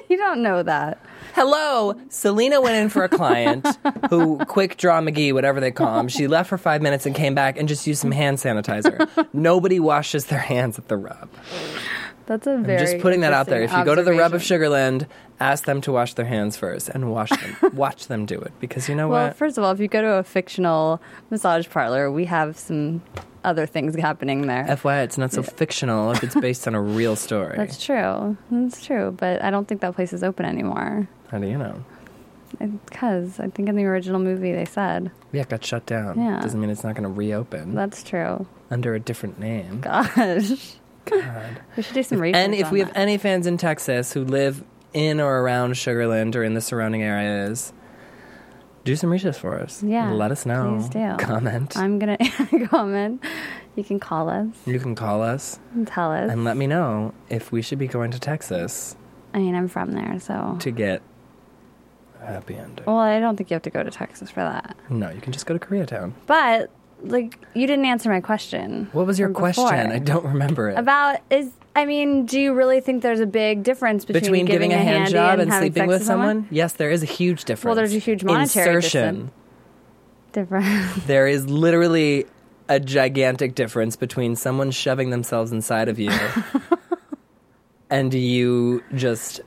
Speaker 4: you don't know that.
Speaker 3: Hello, Selena went in for a client who quick draw McGee, whatever they call him. She left for five minutes and came back and just used some hand sanitizer. Nobody washes their hands at the rub.
Speaker 4: That's a
Speaker 3: I'm
Speaker 4: very
Speaker 3: just putting that out there. If
Speaker 4: interesting
Speaker 3: you go to the Rub of
Speaker 4: observation.
Speaker 3: Sugarland, ask them to wash their hands first and wash
Speaker 4: <laughs>
Speaker 3: them. watch them do it because you know
Speaker 4: Well,
Speaker 3: what?
Speaker 4: first of all, if you go to a fictional massage parlor, we have some other things happening there.
Speaker 3: FYI, it's not so fictional if it's based on a
Speaker 4: <laughs>
Speaker 3: real story.
Speaker 4: That's true. That's true. But I don't think that place is open anymore.
Speaker 3: How do you know?
Speaker 4: Because I think in the original movie they said
Speaker 3: Yeah, it got shut down.
Speaker 4: Yeah.
Speaker 3: Doesn't mean it's not going to reopen
Speaker 4: that's true.
Speaker 3: under a different name.
Speaker 4: Gosh. We should do some research.
Speaker 3: And if
Speaker 4: on
Speaker 3: we have
Speaker 4: that.
Speaker 3: any fans in Texas who live in or around Sugarland or in the surrounding areas, do some research for us.
Speaker 4: Yeah,
Speaker 3: Let us know.
Speaker 4: please do.
Speaker 3: Comment.
Speaker 4: <laughs> I'm going to comment. You can call us
Speaker 3: you can call us
Speaker 4: and tell us.
Speaker 3: and let me know if we should be going to Texas
Speaker 4: I mean, I'm from there, so.
Speaker 3: to get a happy ending.
Speaker 4: Well, I don't think you have to go to Texas for that.
Speaker 3: No, you can just go to Koreatown.
Speaker 4: But, like, you didn't answer my question.
Speaker 3: What was your
Speaker 4: from
Speaker 3: question?
Speaker 4: before.
Speaker 3: I don't remember it.
Speaker 4: About is I mean, do you really think there's a big difference between,
Speaker 3: between giving, a hand
Speaker 4: handy
Speaker 3: job and
Speaker 4: and having
Speaker 3: sleeping
Speaker 4: sex
Speaker 3: with someone? Yes, there is a huge difference.
Speaker 4: there's a huge monetary
Speaker 3: insertion.
Speaker 4: Different. <laughs>
Speaker 3: There is literally a gigantic difference between someone shoving themselves inside of you and you just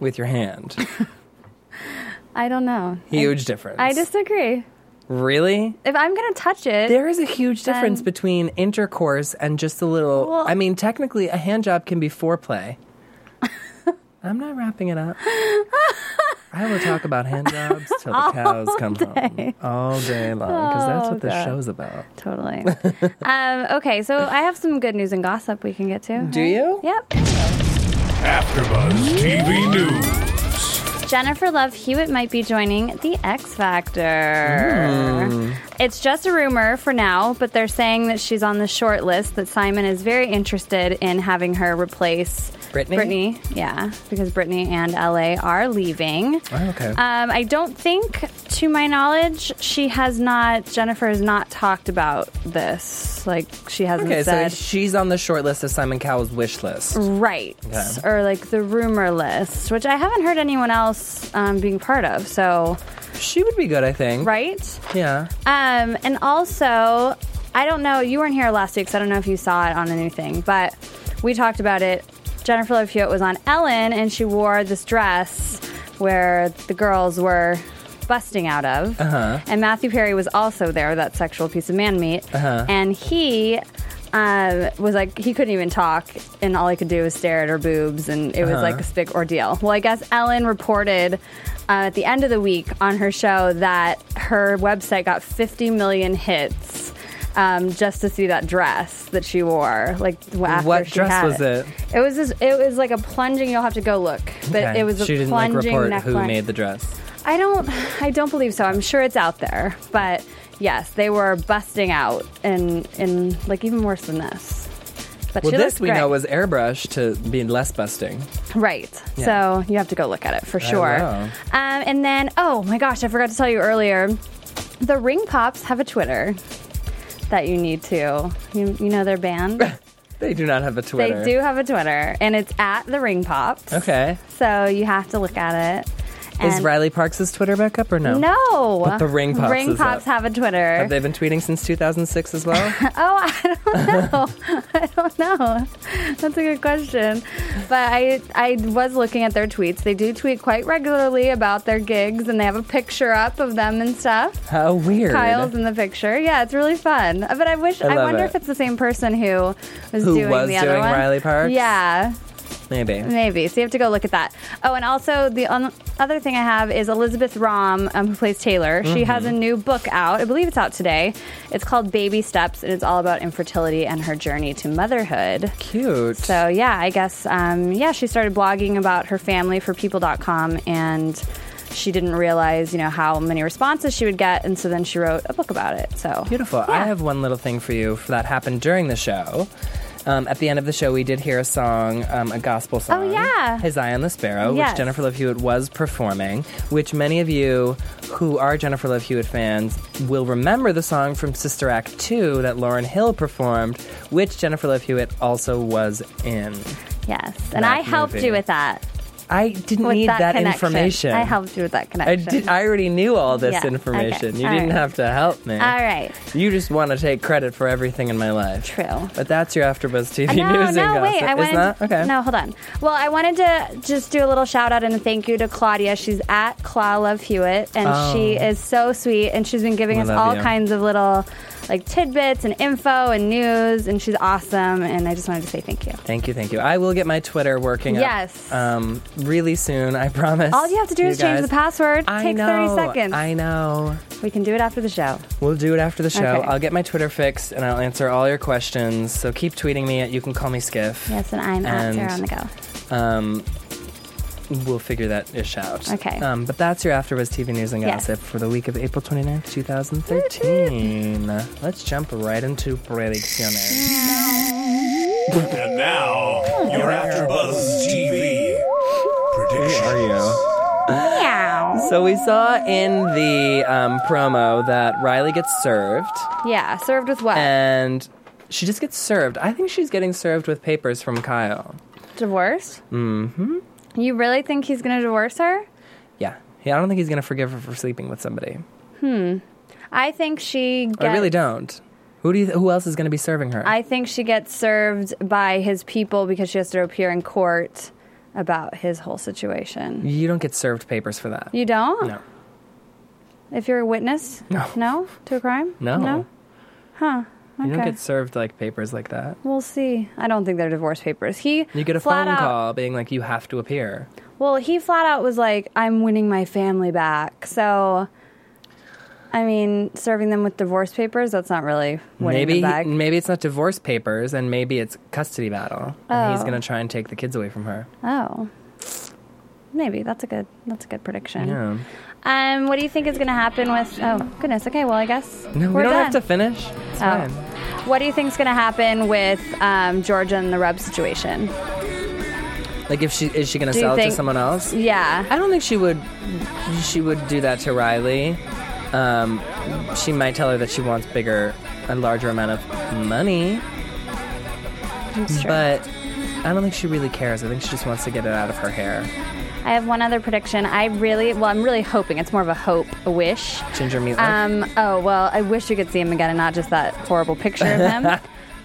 Speaker 3: with your hand.
Speaker 4: I don't know.
Speaker 3: Huge difference.
Speaker 4: I disagree.
Speaker 3: really.
Speaker 4: If I'm gonna touch it,
Speaker 3: There is a huge difference
Speaker 4: Then-
Speaker 3: between intercourse and just a little.
Speaker 4: Well-
Speaker 3: I mean, technically, a hand job can be foreplay. I'm not wrapping it up. I will talk about hand jobs till the cows come home all day long because that's
Speaker 4: Oh,
Speaker 3: what this
Speaker 4: God.
Speaker 3: show's about.
Speaker 4: totally. <laughs> um, okay, so I have some good news and gossip we can get to.
Speaker 3: Do
Speaker 4: right?
Speaker 3: you?
Speaker 4: Yep.
Speaker 5: AfterBuzz TV News.
Speaker 4: Jennifer Love Hewitt might be joining the X Factor.
Speaker 3: Hmm.
Speaker 4: It's just a rumor for now, but they're saying that she's on the short list. That Simon is very interested in having her replace
Speaker 3: Brittany?
Speaker 4: Brittany, yeah, because Brittany and LA are leaving.
Speaker 3: Oh, okay.
Speaker 4: Um, I don't think, to my knowledge, she has not. Jennifer has not talked about this. Like she hasn't
Speaker 3: okay, so
Speaker 4: said Mm.
Speaker 3: she's on the short list of Simon Cowell's wish list.
Speaker 4: right
Speaker 3: Okay.
Speaker 4: or like the rumor list, which I haven't heard anyone else um, being part of. So
Speaker 3: She would be good, I think.
Speaker 4: right.
Speaker 3: Yeah.
Speaker 4: Um, and also, I don't know. You weren't here last week, so I don't know if you saw it on a new thing, but we talked about it. Jennifer Love Hewitt was on Ellen, and she wore this dress where the girls were busting out of. Uh-huh. And Matthew Perry was also there, that sexual piece of man meat. Uh-huh. And he. Um, was like he couldn't even talk, and all he could do was stare at her boobs, and it was like
Speaker 3: Uh-huh.
Speaker 4: this big ordeal. Well, I guess Ellen reported uh, at the end of the week on her show that her website got 50 million hits um, just to see that dress that she wore. Like w- after
Speaker 3: What
Speaker 4: she
Speaker 3: dress
Speaker 4: had
Speaker 3: was it?
Speaker 4: It was this, it was like a plunging. You'll have to go look, but
Speaker 3: Okay.
Speaker 4: it was a
Speaker 3: she didn't like
Speaker 4: plunging
Speaker 3: report
Speaker 4: neckline.
Speaker 3: who made the dress.
Speaker 4: I don't I don't believe so. I'm sure it's out there, but yes, they were busting out and and like even worse than this. But
Speaker 3: Well,
Speaker 4: she
Speaker 3: this
Speaker 4: looked
Speaker 3: we
Speaker 4: great.
Speaker 3: know was airbrush to be less busting.
Speaker 4: Right.
Speaker 3: Yeah.
Speaker 4: So you have to go look at it for sure.
Speaker 3: will.
Speaker 4: Um, and then, oh my gosh, I forgot to tell you earlier the Ring Pops have a Twitter that you need to. You, you know
Speaker 3: <laughs>
Speaker 4: their band?
Speaker 3: They do not have a Twitter.
Speaker 4: they do have a Twitter, and it's at the Ring Pops.
Speaker 3: Okay.
Speaker 4: So you have to look at it.
Speaker 3: Is
Speaker 4: And-
Speaker 3: Riley Parks' Twitter back up or no?
Speaker 4: No.
Speaker 3: But the Ring Pops
Speaker 4: Ring
Speaker 3: is up.
Speaker 4: Pops have a Twitter.
Speaker 3: Have they been tweeting since 2006 as well?
Speaker 4: <laughs> Oh, I don't know. I <laughs> don't know. That's a good question. But I I was looking at their tweets. They do tweet quite regularly about their gigs, and they have a picture up of them and stuff.
Speaker 3: How weird.
Speaker 4: Kyle's in the picture. Yeah, it's really fun. But I wish
Speaker 3: Oh, I
Speaker 4: I,
Speaker 3: love
Speaker 4: wonder
Speaker 3: it.
Speaker 4: if it's the same person who was
Speaker 3: Who
Speaker 4: doing
Speaker 3: was
Speaker 4: the other
Speaker 3: doing
Speaker 4: one.
Speaker 3: Riley Parks?
Speaker 4: Yeah.
Speaker 3: Maybe.
Speaker 4: Maybe. So you have to go look at that. Oh, and also the un- other thing I have is Elizabeth Rom, um, who plays Taylor.
Speaker 3: Mm-hmm.
Speaker 4: She has a new book out. I believe it's out today. It's called Baby Steps, and it's all about infertility and her journey to motherhood.
Speaker 3: Cute.
Speaker 4: So yeah, I guess um, yeah, she started blogging about her family for people.com and she didn't realize, you know, how many responses she would get and so then she wrote a book about it. So
Speaker 3: Beautiful. I
Speaker 4: Yeah.
Speaker 3: have one little thing for you that happened during the show. Um, at the end of the show, we did hear a song, um, a gospel song.
Speaker 4: Oh, yeah.
Speaker 3: His Eye on the Sparrow, which
Speaker 4: Yes.
Speaker 3: Jennifer Love Hewitt was performing, which many of you who are Jennifer Love Hewitt fans will remember the song from Sister Act 2 that Lauren Hill performed, which Jennifer Love Hewitt also was in.
Speaker 4: yes. And
Speaker 3: That
Speaker 4: I helped
Speaker 3: movie.
Speaker 4: you with that.
Speaker 3: I didn't
Speaker 4: with
Speaker 3: need
Speaker 4: that,
Speaker 3: that,
Speaker 4: connection.
Speaker 3: information.
Speaker 4: I helped you with that
Speaker 3: I
Speaker 4: connection.
Speaker 3: did. I already knew all this
Speaker 4: Yeah, okay,
Speaker 3: information. You
Speaker 4: all
Speaker 3: didn't
Speaker 4: right.
Speaker 3: have to help me.
Speaker 4: All right.
Speaker 3: You just want to take credit for everything in my life.
Speaker 4: True.
Speaker 3: But that's your AfterBuzz TV
Speaker 4: no,
Speaker 3: news
Speaker 4: no,
Speaker 3: and
Speaker 4: wait.
Speaker 3: gossip.
Speaker 4: I
Speaker 3: Is
Speaker 4: wanted
Speaker 3: that okay?
Speaker 4: No, hold on. Well, I wanted to just do a little shout out and a thank you to Claudia. She's at Claw Love Hewitt, and
Speaker 3: Oh.
Speaker 4: she is so sweet. And she's been giving
Speaker 3: We
Speaker 4: us
Speaker 3: love
Speaker 4: all
Speaker 3: you.
Speaker 4: kinds of little like tidbits and info and news, and she's awesome. And I just wanted to say thank you.
Speaker 3: Thank you, thank you. I will get my Twitter working. up,
Speaker 4: Yes.
Speaker 3: um, really soon. I promise.
Speaker 4: All you have to do is change
Speaker 3: guys.
Speaker 4: the password.
Speaker 3: I
Speaker 4: Takes
Speaker 3: know,
Speaker 4: 30 seconds.
Speaker 3: I know.
Speaker 4: We can do it after the show.
Speaker 3: We'll do it after the show.
Speaker 4: Okay.
Speaker 3: I'll get my Twitter fixed and I'll answer all your questions. So keep tweeting me at you can call me Skiff.
Speaker 4: Yes, and I'm out
Speaker 3: And-
Speaker 4: there on the go.
Speaker 3: Um, we'll figure that ish out.
Speaker 4: Okay.
Speaker 3: Um, but that's your AfterBuzz TV news and
Speaker 4: Yes.
Speaker 3: gossip for the week of April 29th, 2013. Let's jump right into predicciones.
Speaker 5: And now, your AfterBuzz TV prediction.
Speaker 3: you?
Speaker 4: Meow.
Speaker 3: So we saw in the um, promo that Riley gets served.
Speaker 4: Yeah, served with what?
Speaker 3: and she just gets served. I think she's getting served with papers from Kyle.
Speaker 4: divorced? Mm-hmm. You really think he's going to divorce her?
Speaker 3: Yeah. Yeah, I don't think he's gonna forgive her for sleeping with somebody.
Speaker 4: I think she. Gets,
Speaker 3: I really don't. Who do you? Who else is gonna be serving her?
Speaker 4: I think she gets served by his people because she has to appear in court about his whole situation.
Speaker 3: you don't get served papers for that.
Speaker 4: You don't?
Speaker 3: no.
Speaker 4: If you're a witness?
Speaker 3: No.
Speaker 4: No? To a crime?
Speaker 3: No.
Speaker 4: No?
Speaker 3: You don't
Speaker 4: Okay.
Speaker 3: get served like papers like that.
Speaker 4: We'll see. I don't think they're divorce papers. He
Speaker 3: You get a
Speaker 4: flat
Speaker 3: phone
Speaker 4: out,
Speaker 3: call being like, "You have to appear."
Speaker 4: Well, he flat out was like, "I'm winning my family back." So, I mean, serving them with divorce papers—that's not really winning
Speaker 3: Maybe
Speaker 4: them back.
Speaker 3: maybe it's not divorce papers, and maybe it's custody battle. And he's
Speaker 4: Oh.
Speaker 3: gonna try and take the kids away from her.
Speaker 4: oh, maybe that's a good that's a good prediction.
Speaker 3: Yeah.
Speaker 4: Um, what do you think is going to happen with? Oh goodness. Okay. Well, I guess
Speaker 3: No, we
Speaker 4: we're
Speaker 3: don't
Speaker 4: done.
Speaker 3: have to finish. It's
Speaker 4: Oh.
Speaker 3: fine.
Speaker 4: What do you think's going to happen with um, Georgia and the Rub situation?
Speaker 3: Like, if she is she gonna
Speaker 4: Do you
Speaker 3: sell it
Speaker 4: think-
Speaker 3: to someone else?
Speaker 4: Yeah.
Speaker 3: I don't think she would. She would do that to Riley. Um, she might tell her that she wants bigger, a larger amount of money,
Speaker 4: That's true.
Speaker 3: but I don't think she really cares. I think she just wants to get it out of her hair.
Speaker 4: I have one other prediction. I really, well, I'm really hoping it's more of a hope, a wish.
Speaker 3: Ginger meatloaf.
Speaker 4: Um, oh, well, I wish you could see him again and not just that horrible picture
Speaker 3: <laughs>
Speaker 4: of him.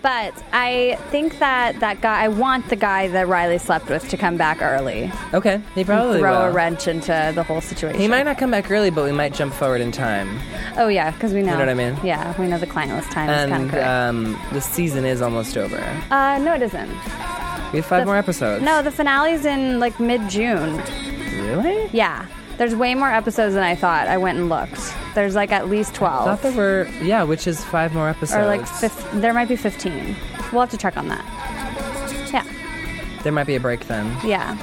Speaker 4: but I think that that guy, I want the guy that Riley slept with to come back early.
Speaker 3: okay, he probably
Speaker 4: throw a
Speaker 3: will.
Speaker 4: wrench into the whole situation.
Speaker 3: He might not come back early, but we might jump forward in time.
Speaker 4: Oh, yeah, because we know.
Speaker 3: know what I mean?
Speaker 4: Yeah, we know the clientless time is kind of
Speaker 3: And
Speaker 4: correct.
Speaker 3: um, the season is almost over.
Speaker 4: uh, no, it isn't.
Speaker 3: We have five
Speaker 4: the-
Speaker 3: more episodes.
Speaker 4: No, the finale's in like mid June.
Speaker 3: really?
Speaker 4: Yeah. There's way more episodes than I thought. I went and looked. There's like at least 12.
Speaker 3: I thought there were yeah, which is five more episodes.
Speaker 4: or like fif- there might be 15 we'll have to check on that yeah
Speaker 3: there might be a break then.
Speaker 4: yeah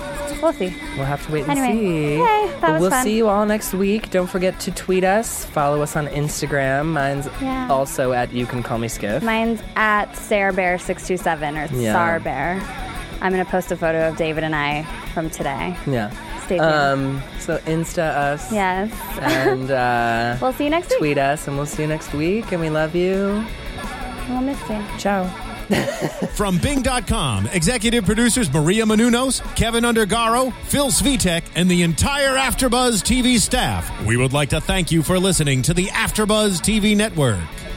Speaker 4: we'll see
Speaker 3: We'll have to wait and
Speaker 4: Anyway,
Speaker 3: see.
Speaker 4: yay, that
Speaker 3: But
Speaker 4: was
Speaker 3: we'll
Speaker 4: fun.
Speaker 3: see you all next week. Don't forget to tweet us, follow us on Instagram. Mine's
Speaker 4: Yeah.
Speaker 3: also at you can call me Skiff.
Speaker 4: mine's at sarah bear 627 or
Speaker 3: Yeah.
Speaker 4: sar bear i'm gonna post a photo of david and i from today
Speaker 3: yeah.
Speaker 4: stay tuned
Speaker 3: Um, so Insta us
Speaker 4: yes
Speaker 3: and
Speaker 4: <laughs>
Speaker 3: uh,
Speaker 4: we'll see you next week
Speaker 3: tweet us, and we'll see you next week. And we love you.
Speaker 4: we'll miss you
Speaker 3: Ciao.
Speaker 1: From Bing.com, executive producers Maria Manunos, Kevin Undergaro, Phil Svitek, and the entire Afterbuzz TV staff. We would like to thank you for listening to the Afterbuzz TV network.